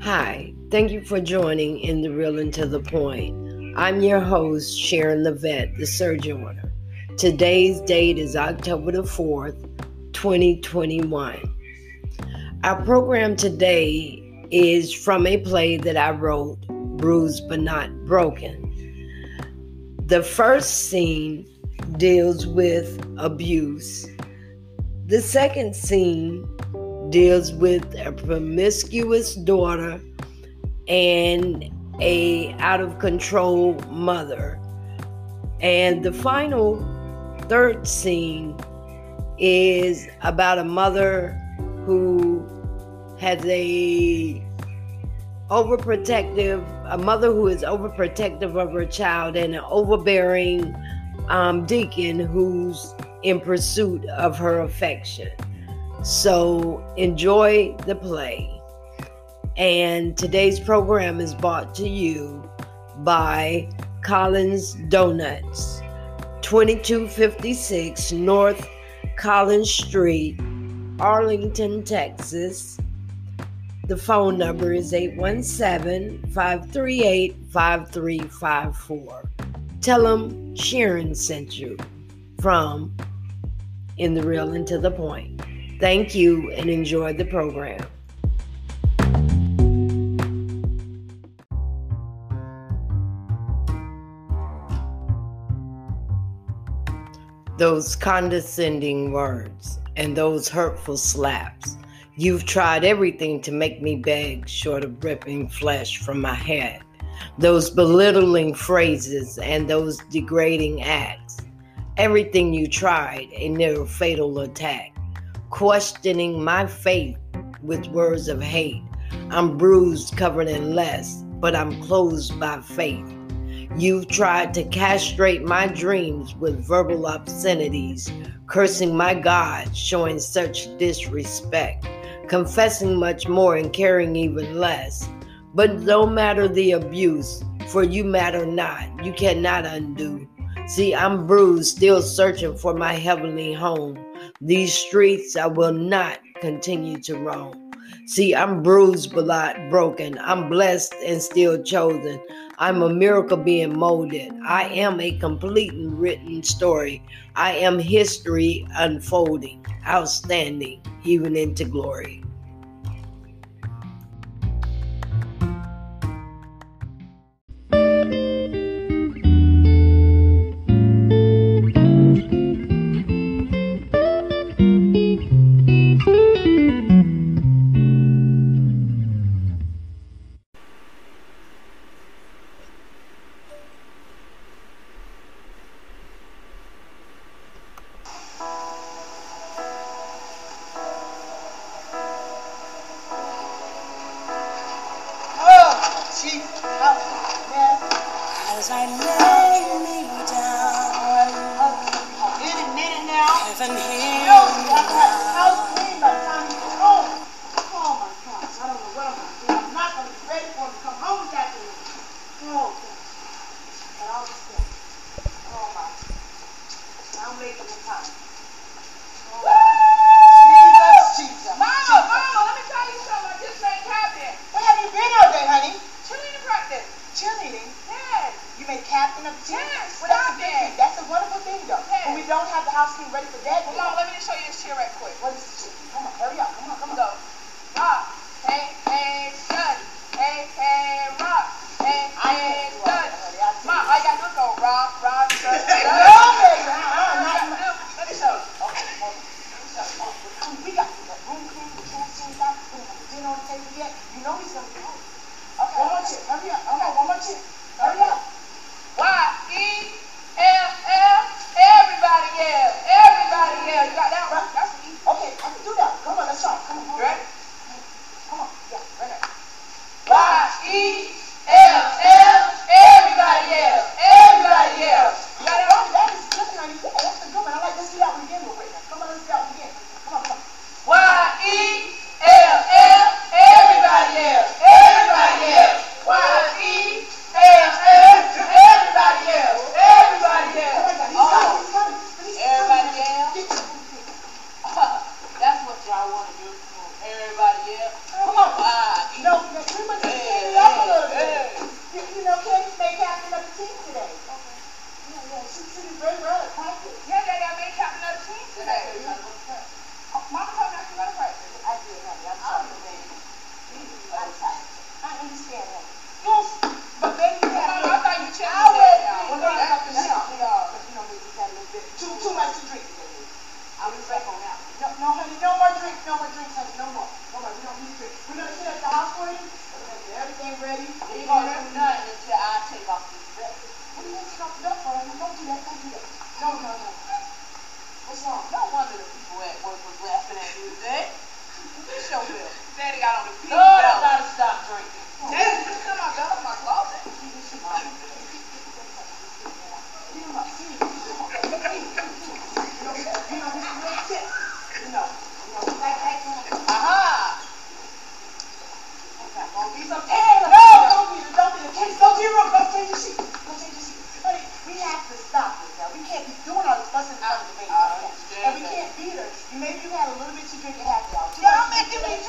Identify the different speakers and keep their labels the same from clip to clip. Speaker 1: Hi, thank you for joining in the Real and to the Point. I'm your host, Sharon Levette, the Surgeon Order. Today's date is October the 4th, 2021. Our program today is from a play that I wrote, Bruised But Not Broken. The first scene deals with abuse, the second scene deals with a promiscuous daughter and a out of control mother. And the final third scene is about a mother who has a overprotective a mother who is overprotective of her child and an overbearing um, deacon who's in pursuit of her affection. So enjoy the play. And today's program is brought to you by Collins Donuts, 2256 North Collins Street, Arlington, Texas. The phone number is 817 538 5354. Tell them Sharon sent you from In the Real and to the Point. Thank you and enjoy the program. Those condescending words and those hurtful slaps. You've tried everything to make me beg, short of ripping flesh from my head. Those belittling phrases and those degrading acts. Everything you tried, a near fatal attack questioning my faith with words of hate. I'm bruised, covered in less, but I'm closed by faith. You've tried to castrate my dreams with verbal obscenities, cursing my God, showing such disrespect, confessing much more and caring even less. But no matter the abuse, for you matter not, you cannot undo. See, I'm bruised, still searching for my heavenly home. These streets I will not continue to roam. See, I'm bruised but not broken. I'm blessed and still chosen. I'm a miracle being molded. I am a complete and written story. I am history unfolding, outstanding, even into glory.
Speaker 2: Oh, she, oh, yeah.
Speaker 3: As I lay me down,
Speaker 2: Oh, any minute now. Yo,
Speaker 3: heaven hear
Speaker 2: I'm
Speaker 3: me
Speaker 2: not
Speaker 3: now.
Speaker 2: house clean by the time you get home. Oh my gosh, I don't know what I'm gonna do. I'm not gonna be ready for him to come home that day. Oh, gosh. But I'll be still. Oh my. I'm making the time. Oh, Jesus, Jesus.
Speaker 4: Mama, mama, let me tell you something. I just made captain.
Speaker 2: Where have you been all day, honey?
Speaker 4: Cheerleading practice.
Speaker 2: Cheerleading.
Speaker 4: Yes.
Speaker 2: You made captain of the team.
Speaker 4: Yes,
Speaker 2: well, that's a
Speaker 4: stop
Speaker 2: good
Speaker 4: it.
Speaker 2: thing. That's a wonderful thing, though.
Speaker 4: Yes.
Speaker 2: When we don't have the house team ready for that,
Speaker 4: Come on, let me just show you this cheer right quick.
Speaker 2: What is this? Come on, hurry up. Come on, come on.
Speaker 4: Go. Rock. Hey, hey, son. Hey, hey, rock. Hey,
Speaker 2: I
Speaker 4: hey,
Speaker 2: know you
Speaker 4: son.
Speaker 2: are, honey. I see
Speaker 4: Ma, all you gotta do is go rock, rock, son.
Speaker 2: No, baby.
Speaker 4: All you
Speaker 2: Uh-uh,
Speaker 4: gotta do, let me show you.
Speaker 2: not- Okay, hold on. Come on, We got the room clean, the transfer's out, we don't have dinner on the table yet. You know he's gonna be home. Okay, one more chip. Hurry up. Okay, one more chip. Hurry up.
Speaker 4: Y, E, L, L. Everybody yell. Everybody yell. You got that one? That's an easy.
Speaker 2: Okay, I can do that. Come on, let's try. Come on,
Speaker 4: You
Speaker 2: hold on.
Speaker 4: ready?
Speaker 2: Come on. Yeah, right now.
Speaker 4: Y E L L. Everybody yell. Everybody yell. You got it on?
Speaker 2: That is good, honey. Yeah, that's a good one. I like. Let's do that one again real quick. Come on, let's do that one again. Come on, come on.
Speaker 4: Y E L L. Everybody yell. Everybody yell. Y E L
Speaker 2: E
Speaker 4: Oh,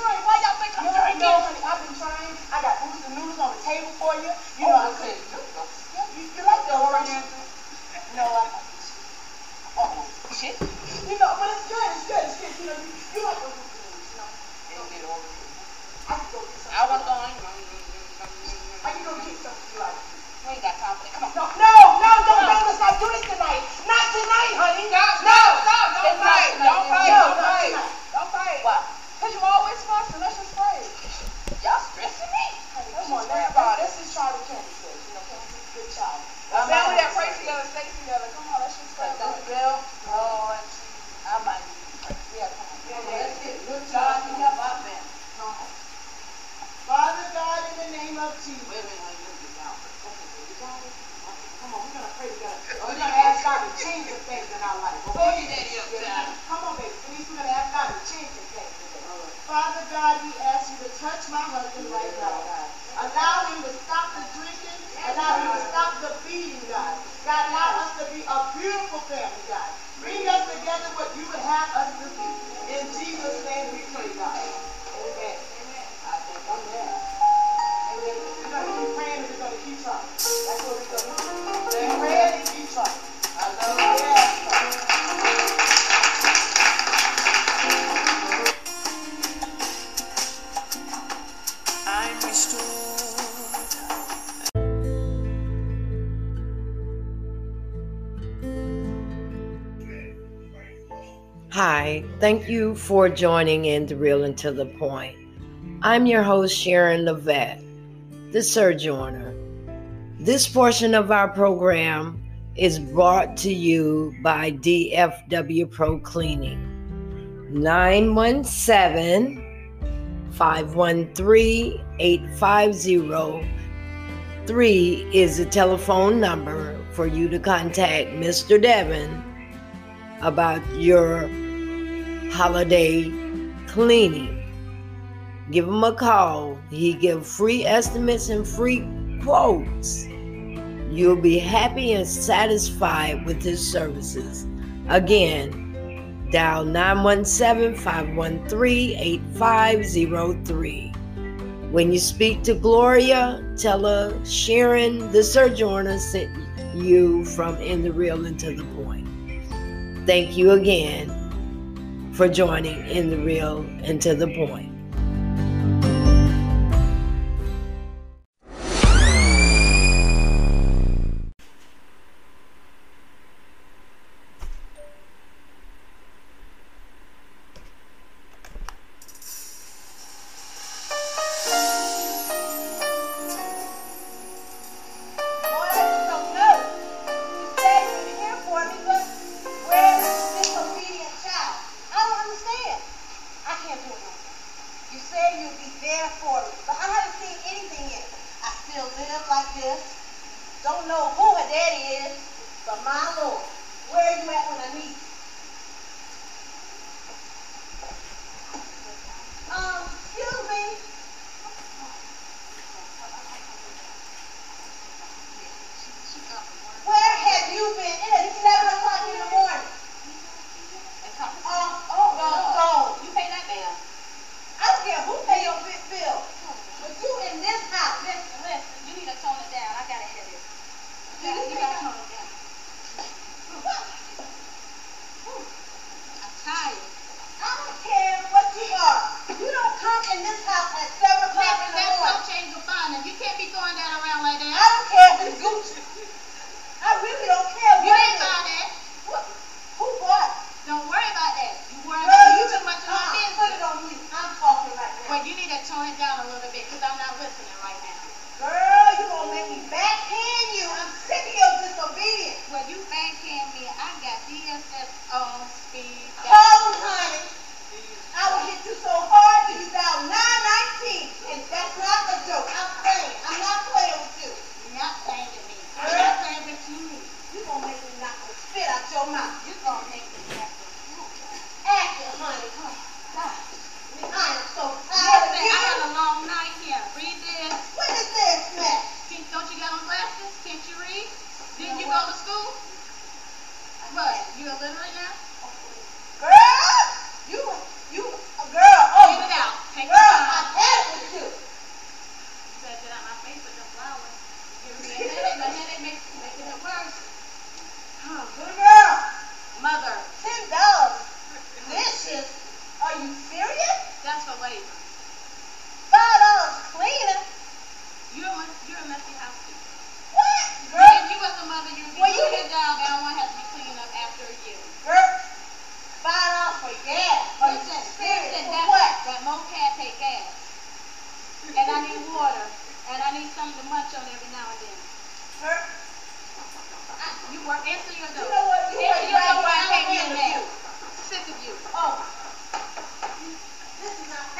Speaker 4: we ask you to touch my husband right now, God. Allow him to stop the drinking. Allow him to stop the beating, God. God, allow us to be a beautiful family, God. Bring us together what you would have us to be. In Jesus' name we pray, God. Amen. I think I'm there. Amen. We're going to keep praying and we're going to keep trying. That's what we're going to do. Stay praying and keep trying. I love you. Yes.
Speaker 3: I'm restored.
Speaker 1: Hi, thank you for joining in to Real and to the Point. I'm your host, Sharon Levette, the Sojourner. This portion of our program is brought to you by DFW Pro Cleaning. 917 513 8503 is the telephone number for you to contact Mr. Devon about your holiday cleaning. Give him a call. He give free estimates and free quotes. You'll be happy and satisfied with his services. Again, dial 917-513-8503. When you speak to Gloria, tell her Sharon the Sojourner sent you from In the Real and to the Point thank you again for joining in the real and to the point.
Speaker 2: Lord, I just don't know. You said you were here for me, but where is this disobedient child? I don't understand. I can't do it no more. You said you'd be there for me, but I haven't seen anything yet. I still live like this. Don't know who her daddy is, but my Lord, where are you at when I need you? Um, excuse me. Where have you been? It is seven o'clock in the morning. Uh, oh, well, gone. You pay that bill? I don't care who pay your big bill, but you in this house. Listen, listen, you need to tone it down. I gotta hear this. You, you gotta tone it down. I'm tired. I don't care what you are. You don't come in this house at seven o'clock in the morning.
Speaker 5: change your mind. Now, You can't be throwing that around like
Speaker 2: I
Speaker 5: that.
Speaker 2: don't care if it's Gucci. I really don't care
Speaker 5: You
Speaker 2: what
Speaker 5: ain't
Speaker 2: it
Speaker 5: buy
Speaker 2: is.
Speaker 5: that.
Speaker 2: What? Who what?
Speaker 5: Don't worry about that. You worry
Speaker 2: Girl,
Speaker 5: about
Speaker 2: you
Speaker 5: you
Speaker 2: just
Speaker 5: too much of my
Speaker 2: uh, put it
Speaker 5: business.
Speaker 2: on me. I'm talking right now.
Speaker 5: But you need to tone it down a little bit because I'm not listening right now.
Speaker 2: Girl, you gonna make me backhand you. I'm sick of your disobedience.
Speaker 5: Well, you backhand me. I got DSS on speed. dial.
Speaker 2: Hold, honey. I will hit you so hard till you dial 919, and that's not a joke. I'm playing. I'm not playing with you.
Speaker 5: You're not playing with me. You're not playing with you.
Speaker 2: You gonna make me knock the spit out your mouth. You
Speaker 5: You're going to make me happy.
Speaker 2: act it, honey. Oh, God. I am so
Speaker 5: Listen,
Speaker 2: tired of
Speaker 5: I
Speaker 2: you.
Speaker 5: had a long night here. Read this.
Speaker 2: Wait Oh,
Speaker 5: Oh,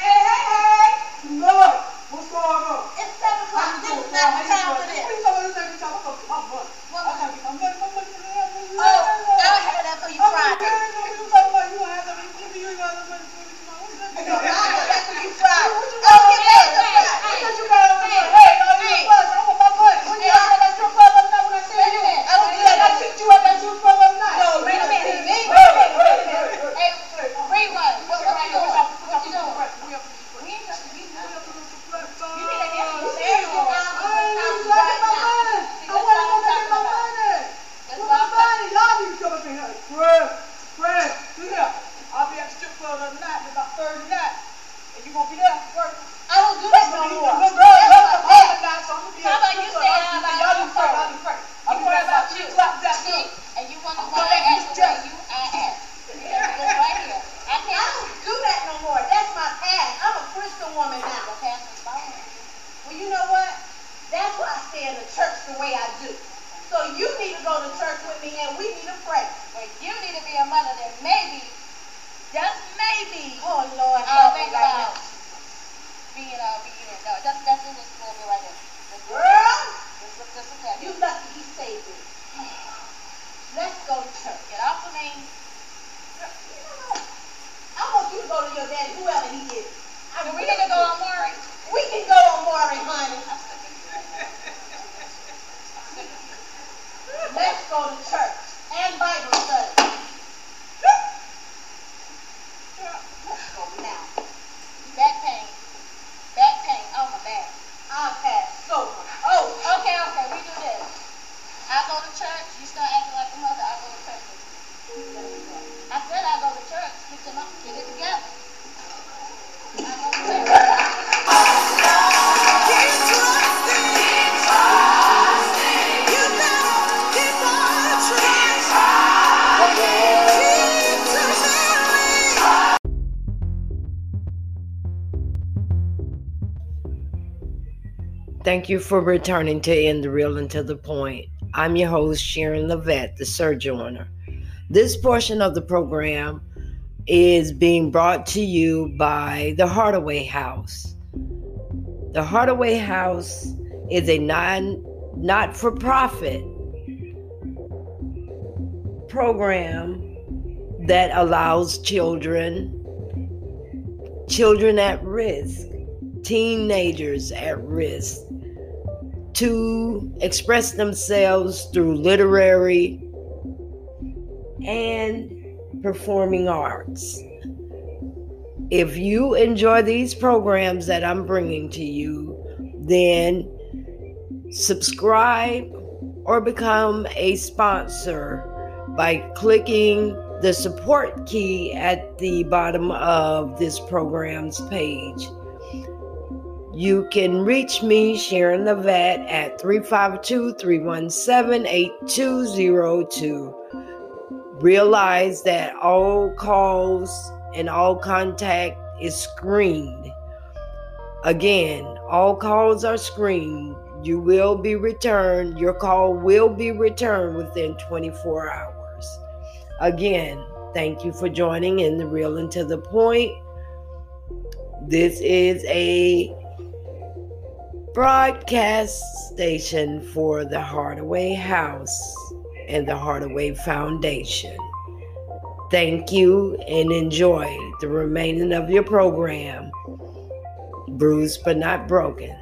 Speaker 5: uh,
Speaker 4: a woman now.
Speaker 5: The pastor's phone.
Speaker 4: Well, you know what? That's why I stay in the church the way I do. So you need to go to church with me and we need to pray.
Speaker 5: But you need to be a mother that maybe, just maybe,
Speaker 4: Oh, Lord,
Speaker 5: uh,
Speaker 4: help me
Speaker 5: think
Speaker 4: right
Speaker 5: about
Speaker 4: now.
Speaker 5: being obedient. No, that's that's in this movie right there. Just-
Speaker 4: Girl,
Speaker 5: just look- just look at
Speaker 4: you
Speaker 5: it.
Speaker 4: lucky he saved me. Let's go to church.
Speaker 5: It also means
Speaker 4: You know what? I want you to go to your daddy, whoever he is. I
Speaker 5: that we
Speaker 4: really
Speaker 5: need to go
Speaker 4: do.
Speaker 5: on Maury.
Speaker 4: We can go on Maury, honey.
Speaker 5: I'm sick of you. I'm sick of you.
Speaker 4: Let's go to church and Bible study. Girl, Let's go now.
Speaker 5: Back pain. Back pain. Oh my back.
Speaker 4: I've had so much. Oh,
Speaker 5: Okay, okay, we do this. I go to church, you start acting like a mother, I go to church with you. I said I go to church, get your mom, get it together. I go to church.
Speaker 1: Thank you for returning to End the Real and to the Point. I'm your host, Sharon Levette, the Surgeoner. This portion of the program is being brought to you by the Hardaway House. The Hardaway House is a non not for profit program that allows children children at risk teenagers at risk to express themselves through literary and performing arts. If you enjoy these programs that I'm bringing to you, then subscribe or become a sponsor by clicking the support key at the bottom of this program's page. You can reach me, Sharon Levette, at 352 317 8202. Realize that all calls and all contact is screened. Again, all calls are screened. You will be returned. Your call will be returned within 24 hours. Again, thank you for joining in the Real and to the Point. This is a broadcast station for the Hardaway House and the Hardaway Foundation. Thank you and enjoy the remaining of your program, Bruised but Not Broken.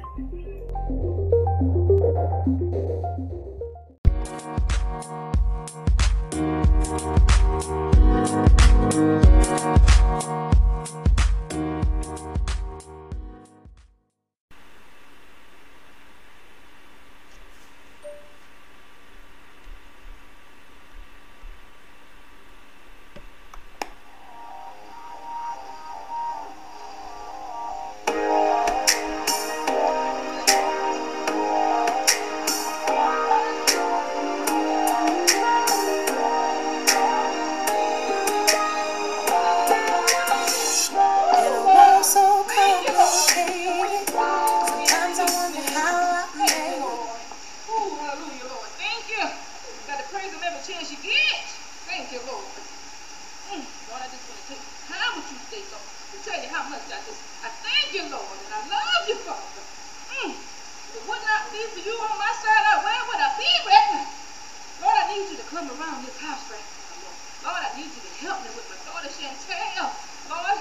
Speaker 6: Ooh, hallelujah, Lord. Thank you. Got to praise him every chance you get. Thank you, Lord. Mm, Lord, I just want to take the time with you today, Lord, to tell you how much I just, I thank you, Lord, and I love you, Father. Mm. If it would not be for you on my side, I, where would I be right now? Lord, I need you to come around this house right now, Lord. Lord, I need you to help me with my daughter Chantel. Lord,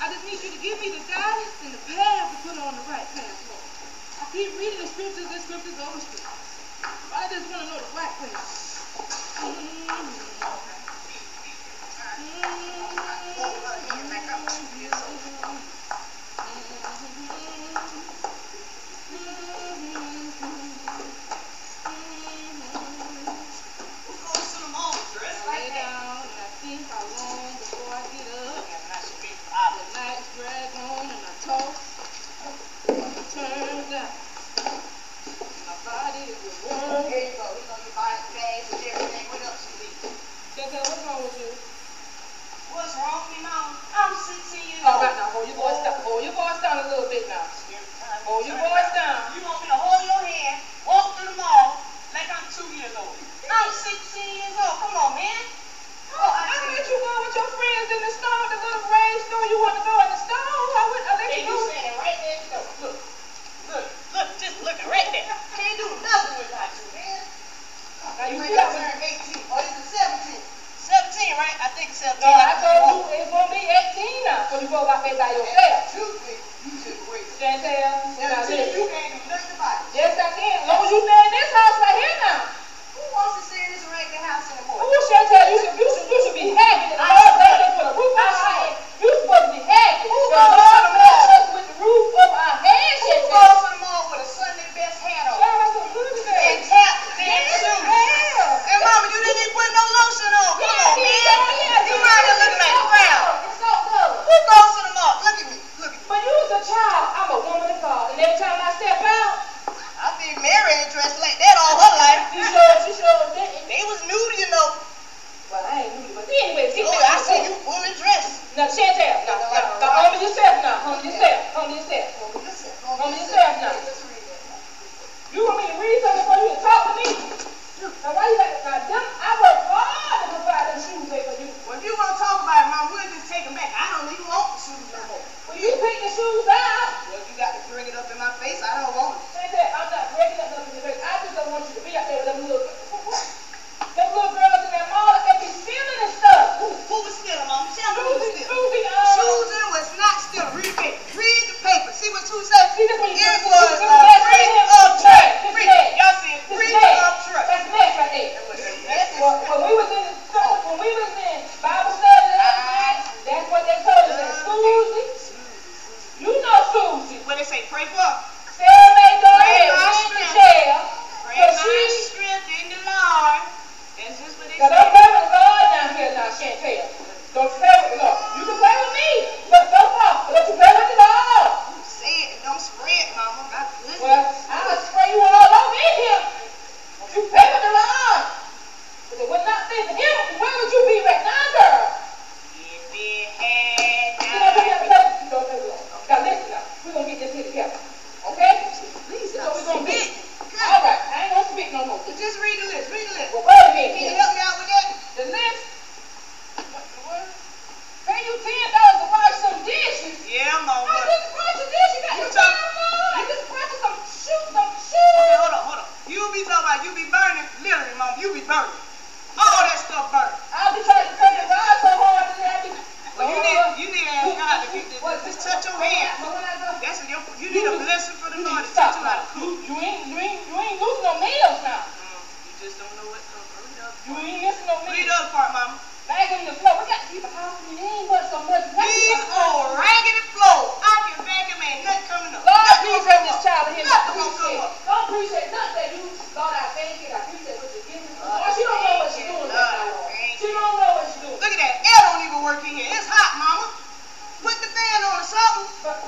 Speaker 6: I just need you to give me the guidance and the path to put her on the right path, Lord. I keep reading the scriptures and scriptures over scriptures. I just want to know the right way. Lay down, and I think how long before I get up. The nights drag on, and I toss. It turns out my body is a world. That's what's wrong with you.
Speaker 4: I'm 16 years old.
Speaker 6: Oh, right now, hold your voice down. Hold your voice down a little bit.
Speaker 4: Oh, Oh, Listen.
Speaker 6: Don't be sad now.
Speaker 4: Just read it.
Speaker 6: You want me to read something for you and talk to me? Now why you like now them I work hard to provide them shoes there for you.
Speaker 4: Well, if you want to talk about it, Mom, we'll just take them back. I don't even want the shoes no more.
Speaker 6: When you pick the shoes out,
Speaker 4: Well, if you got to bring it up in my face, I don't want it.
Speaker 6: say that I'm not breaking up nothing today. I just don't want you to be out there with them little them little girls in that mall that they be stealing and stuff.
Speaker 4: Who, who was stealing, Mom? Tell me who was
Speaker 6: Susie,
Speaker 4: stealing.
Speaker 6: Susie, uh,
Speaker 4: Susan was not stealing. Read the paper. Read the paper. See what you say?
Speaker 6: See, that's what you
Speaker 4: It
Speaker 6: do.
Speaker 4: was
Speaker 6: This is
Speaker 4: a
Speaker 6: bad.
Speaker 4: breach
Speaker 6: This
Speaker 4: of trust.
Speaker 6: is bad. This is
Speaker 4: Breach.
Speaker 6: bad.
Speaker 4: Y'all see it?
Speaker 6: This is
Speaker 4: Breach
Speaker 6: bad.
Speaker 4: of trust.
Speaker 6: that's mess right there.
Speaker 4: It was a
Speaker 6: Well,
Speaker 4: message.
Speaker 6: when we was in the school, when we was in Bible study, the other night, that's what they told us. That Susie, you know Susie.
Speaker 4: What they say? Pray for.
Speaker 6: Sarah Mae Gordon went to jail.
Speaker 4: Pray
Speaker 6: But
Speaker 4: my
Speaker 6: she,
Speaker 4: strength in the Lord. That's just what they
Speaker 6: now don't
Speaker 4: say.
Speaker 6: play with God down here now, Chantel. Don't play with God. You can play with me, but don't talk. But don't you play with the Lord.
Speaker 4: Say it and don't spread, Mama. God bless you.
Speaker 6: Well, I'll spray you all over in here. But you play with the Lord. But it would not be for him. Where would you be right now, girl?
Speaker 4: If it had
Speaker 6: You know,
Speaker 4: not
Speaker 6: we have nothing to do with the Lord. Now listen now. We're going to get this here together. Okay?
Speaker 4: Please
Speaker 6: So
Speaker 4: don't
Speaker 6: we're going to
Speaker 4: submit.
Speaker 6: get All right. I ain't going to speak no more.
Speaker 4: Just read the list. Read the list.
Speaker 6: Well, wait a minute.
Speaker 4: Can you
Speaker 6: here.
Speaker 4: help me out with that?
Speaker 6: The list. What the word? Pay you ten dollars to wash some dishes.
Speaker 4: Yeah,
Speaker 6: I
Speaker 4: Mama.
Speaker 6: just brought you dishes. You got
Speaker 4: You
Speaker 6: your
Speaker 4: talk-
Speaker 6: time on. I just brought you some shoes, some
Speaker 4: Okay,
Speaker 6: shoes.
Speaker 4: hold on, hold on. You be talking about you be burning. Literally, Mama, you be burning. All that stuff burning.
Speaker 6: I'll be trying to turn the rod so hard that I be.
Speaker 4: Well, you need, you need to ask God to keep this. Just touch your hand.
Speaker 6: But when I go,
Speaker 4: That's your, you need a blessing from the
Speaker 6: you
Speaker 4: Lord
Speaker 6: need
Speaker 4: to
Speaker 6: to
Speaker 4: touch
Speaker 6: stop
Speaker 4: you
Speaker 6: now.
Speaker 4: out of
Speaker 6: You, you ain't, you ain't, you ain't losing no meals now.
Speaker 4: You just don't know what comes. Read the
Speaker 6: You ain't missing no
Speaker 4: Read the
Speaker 6: meals.
Speaker 4: other part, Mama.
Speaker 6: Bag on the floor. We got to keep it off. It ain't worth so much. We got to keep
Speaker 4: These
Speaker 6: it off.
Speaker 4: old raggedy flow. I can beg him, ain't nothing coming up.
Speaker 6: Lord, I
Speaker 4: Nothing gonna
Speaker 6: appreciate
Speaker 4: come
Speaker 6: this
Speaker 4: up.
Speaker 6: child in here. I
Speaker 4: Nothing gonna
Speaker 6: appreciate
Speaker 4: come
Speaker 6: it.
Speaker 4: up.
Speaker 6: I appreciate nothing that you, Lord, I thank you. I appreciate what you're giving. me.
Speaker 4: Uh,
Speaker 6: Lord, she don't know what she's doing right now, Lord. She don't know what she's doing.
Speaker 4: Look at that. Air don't even work in here. It's hot, Mama. Put the fan on or something.
Speaker 6: But,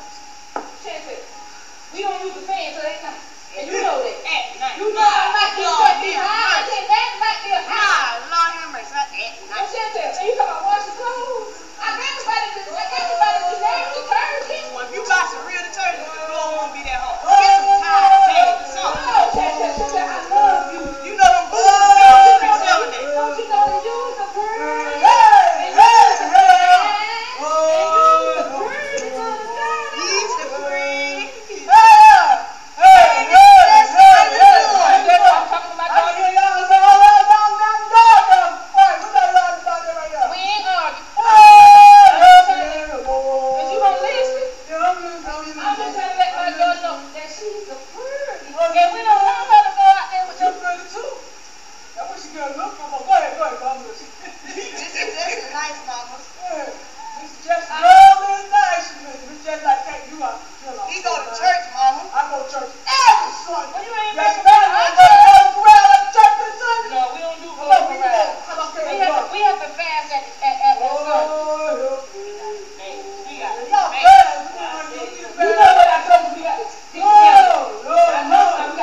Speaker 6: Chantel, we don't use the fan till that night. And you know that.
Speaker 4: At night. Oh,
Speaker 6: You know I like you
Speaker 4: Lord,
Speaker 6: to be
Speaker 4: have
Speaker 6: high.
Speaker 4: mercy.
Speaker 6: It ain't like they're
Speaker 4: Ah,
Speaker 6: high.
Speaker 4: Lord have mercy. At
Speaker 6: But
Speaker 4: night.
Speaker 6: Chantel, and you talking about washing clothes? I got somebody to, I got somebody to name detergent.
Speaker 4: Well, if you buy some real detergent, the floor won't be that hot. Get some towel, tape, something.
Speaker 6: No, Chantel, Chantel, I love you.
Speaker 4: You know them boots is built to be
Speaker 6: Don't you know that
Speaker 4: selling
Speaker 6: you-
Speaker 4: that.
Speaker 6: don't you know that you was a
Speaker 4: Hey,
Speaker 6: bird?
Speaker 4: hey, hey. He's the free. This is this is nice, Mama. He go to church, Mama.
Speaker 7: I go to church every Sunday.
Speaker 6: You know what I told you we got to teach them.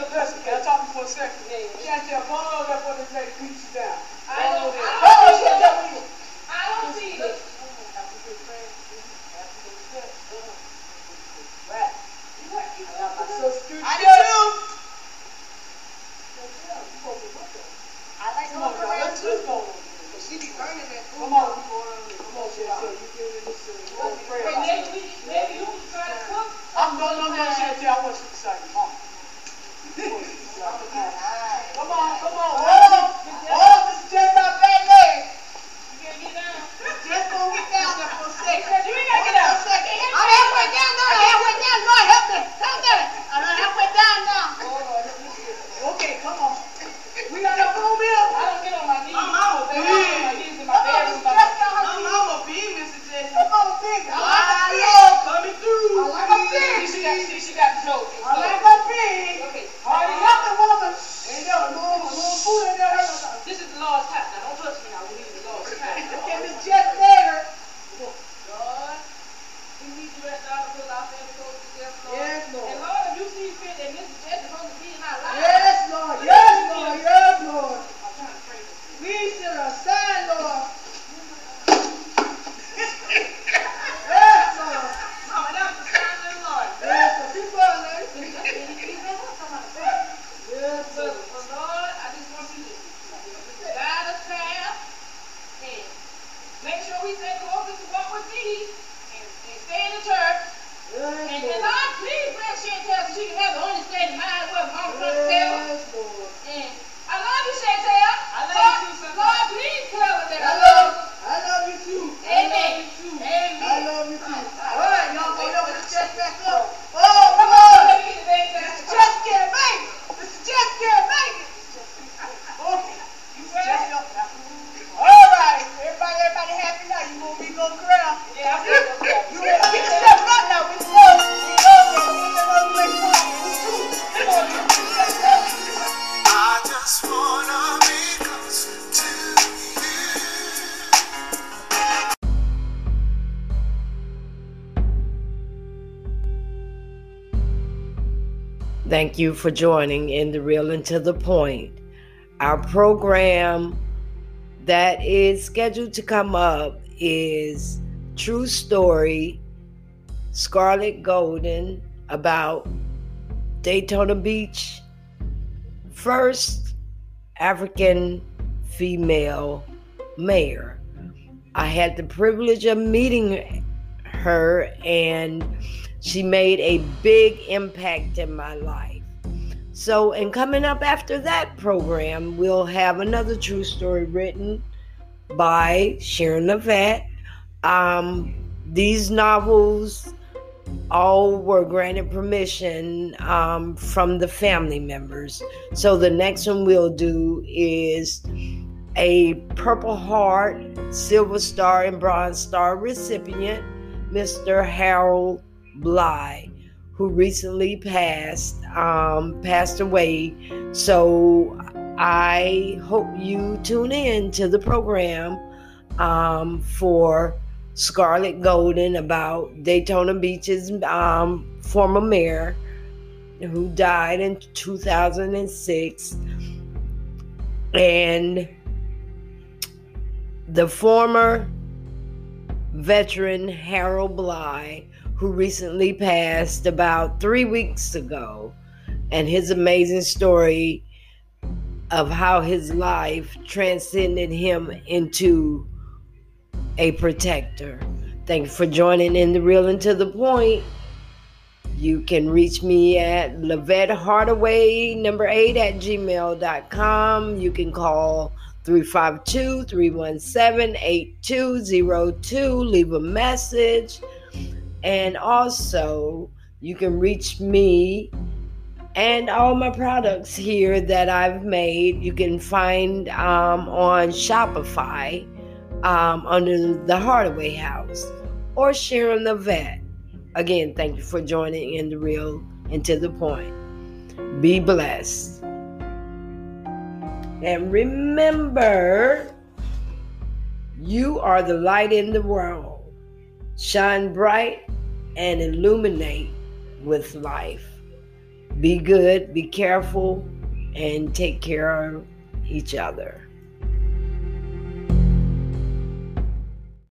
Speaker 4: respect you. Can't you borrow that for the next beat you down? I
Speaker 6: I
Speaker 4: know
Speaker 6: don't-
Speaker 4: that.
Speaker 6: I
Speaker 4: Oh,
Speaker 6: don't
Speaker 4: yeah,
Speaker 6: see
Speaker 4: that
Speaker 6: it.
Speaker 4: one you.
Speaker 6: I don't see it.
Speaker 4: After good friends, after good sex, uh, rap. I love my sister.
Speaker 6: I do too. I like
Speaker 4: Come on,
Speaker 6: going
Speaker 4: girl,
Speaker 6: around
Speaker 4: let's
Speaker 6: too.
Speaker 4: just go.
Speaker 6: But she be burning that food.
Speaker 4: Come on, we go on, come on, shit, shit, you giving this to me. What's the prayer?
Speaker 6: Hey, maybe we, maybe you can try to cook.
Speaker 4: I'm no, no, no, shit, yeah, I want you to say, come on. Come on, come on, hold on, hold on, this jet my back leg.
Speaker 6: You can get down.
Speaker 4: Just gonna get down there for a
Speaker 6: Hey,
Speaker 4: second.
Speaker 6: said you ain't gotta get up.
Speaker 5: I'm halfway down now. I'm halfway down. Lord, help me. Help me. I'm halfway down now.
Speaker 4: Okay, come on. We got a phone bill?
Speaker 6: I don't get on my knees.
Speaker 4: I'm out,
Speaker 6: Baby, I get on my
Speaker 4: man.
Speaker 6: knees in my
Speaker 4: I'm out
Speaker 6: bedroom.
Speaker 4: of stress, y'all. I'm out of being Mr. Jackson. I'm out of being. I'm out of coming through.
Speaker 6: I like her big. See, she got, see, she got joke.
Speaker 4: I like my pig.
Speaker 6: Okay.
Speaker 4: Hardy up the woman. Ain't no little, little food in there.
Speaker 6: This is the Lord's house. Now, don't touch me now. We need the Lord's house.
Speaker 4: Okay, Miss Jack there.
Speaker 6: Lord, we need you at the altar with our family goes to death, Lord.
Speaker 4: Yes, Lord.
Speaker 6: And Lord, if you see fit that Mrs. Jess is supposed to be in our lives,
Speaker 4: Yes, Lord. Yes, Lord. Yes, Lord. We should have signed, Lord. Yes, Lord.
Speaker 6: Mama, that was the sign of the Lord.
Speaker 4: Yes, Lord. Keep on, lady. Yes,
Speaker 6: But,
Speaker 4: Lord.
Speaker 6: but Lord, I just want you to guide us past and make sure we stay closer to what we need and, and stay in the church. And, and
Speaker 4: Yes, Lord.
Speaker 6: Lord, please bless Chantel so she can have the understanding mind what Mama trying to tell her.
Speaker 4: Yes, Lord.
Speaker 6: And I love you, Chantel.
Speaker 4: I love you too,
Speaker 6: Lord,
Speaker 4: Chantel.
Speaker 6: Lord, please tell her that I
Speaker 4: I
Speaker 6: love
Speaker 4: love, I love you too.
Speaker 6: Amen.
Speaker 4: I love you too.
Speaker 6: Amen.
Speaker 4: I love you too. All
Speaker 6: All
Speaker 4: right,
Speaker 6: right, y'all,
Speaker 4: y'all,
Speaker 6: go
Speaker 4: go
Speaker 6: over
Speaker 4: over
Speaker 6: the
Speaker 4: the chest
Speaker 6: chest back
Speaker 4: back up.
Speaker 6: up.
Speaker 4: Oh,
Speaker 6: Come
Speaker 4: come
Speaker 6: on,
Speaker 4: on.
Speaker 6: let me get the baby back.
Speaker 4: Mr. Just can't make it. Mr. Just can't make it. Okay.
Speaker 6: You
Speaker 4: Just
Speaker 6: ready?
Speaker 4: don't. All right. Everybody, everybody happy now. You gonna be going around.
Speaker 6: Yeah, I'm
Speaker 4: You
Speaker 6: ready. to go.
Speaker 4: you gotta get yourself right now. We love you. We love you. We love you. We love you. We true. Come on, you. Just love you.
Speaker 8: I just wanna be close to you.
Speaker 1: Thank you for joining in the Real and to the Point. Our program that is scheduled to come up is True Story Scarlet Golden about Daytona Beach, first African female mayor. I had the privilege of meeting her and she made a big impact in my life. So, and coming up after that program, we'll have another true story written by Sharon Levette. Um, these novels all were granted permission um, from the family members. So, the next one we'll do is a Purple Heart, Silver Star, and Bronze Star recipient, Mr. Harold Bly, who recently passed, um, passed away. So I hope you tune in to the program um, for Scarlett Golden about Daytona Beach's um, former mayor who died in 2006. And the former veteran Harold Bly, who recently passed about three weeks ago, and his amazing story of how his life transcended him into a protector. Thank you for joining in the Real and to the Point. You can reach me at Lavette Hardaway, number eight at gmail.com. You can call 352 317 8202. Leave a message. And also, you can reach me and all my products here that I've made. You can find um, on Shopify um, under the Hardaway House or Sharon the Vet. Again, thank you for joining in the real and to the point. Be blessed. And remember, you are the light in the world. Shine bright and illuminate with life. Be good, be careful, and take care of each other.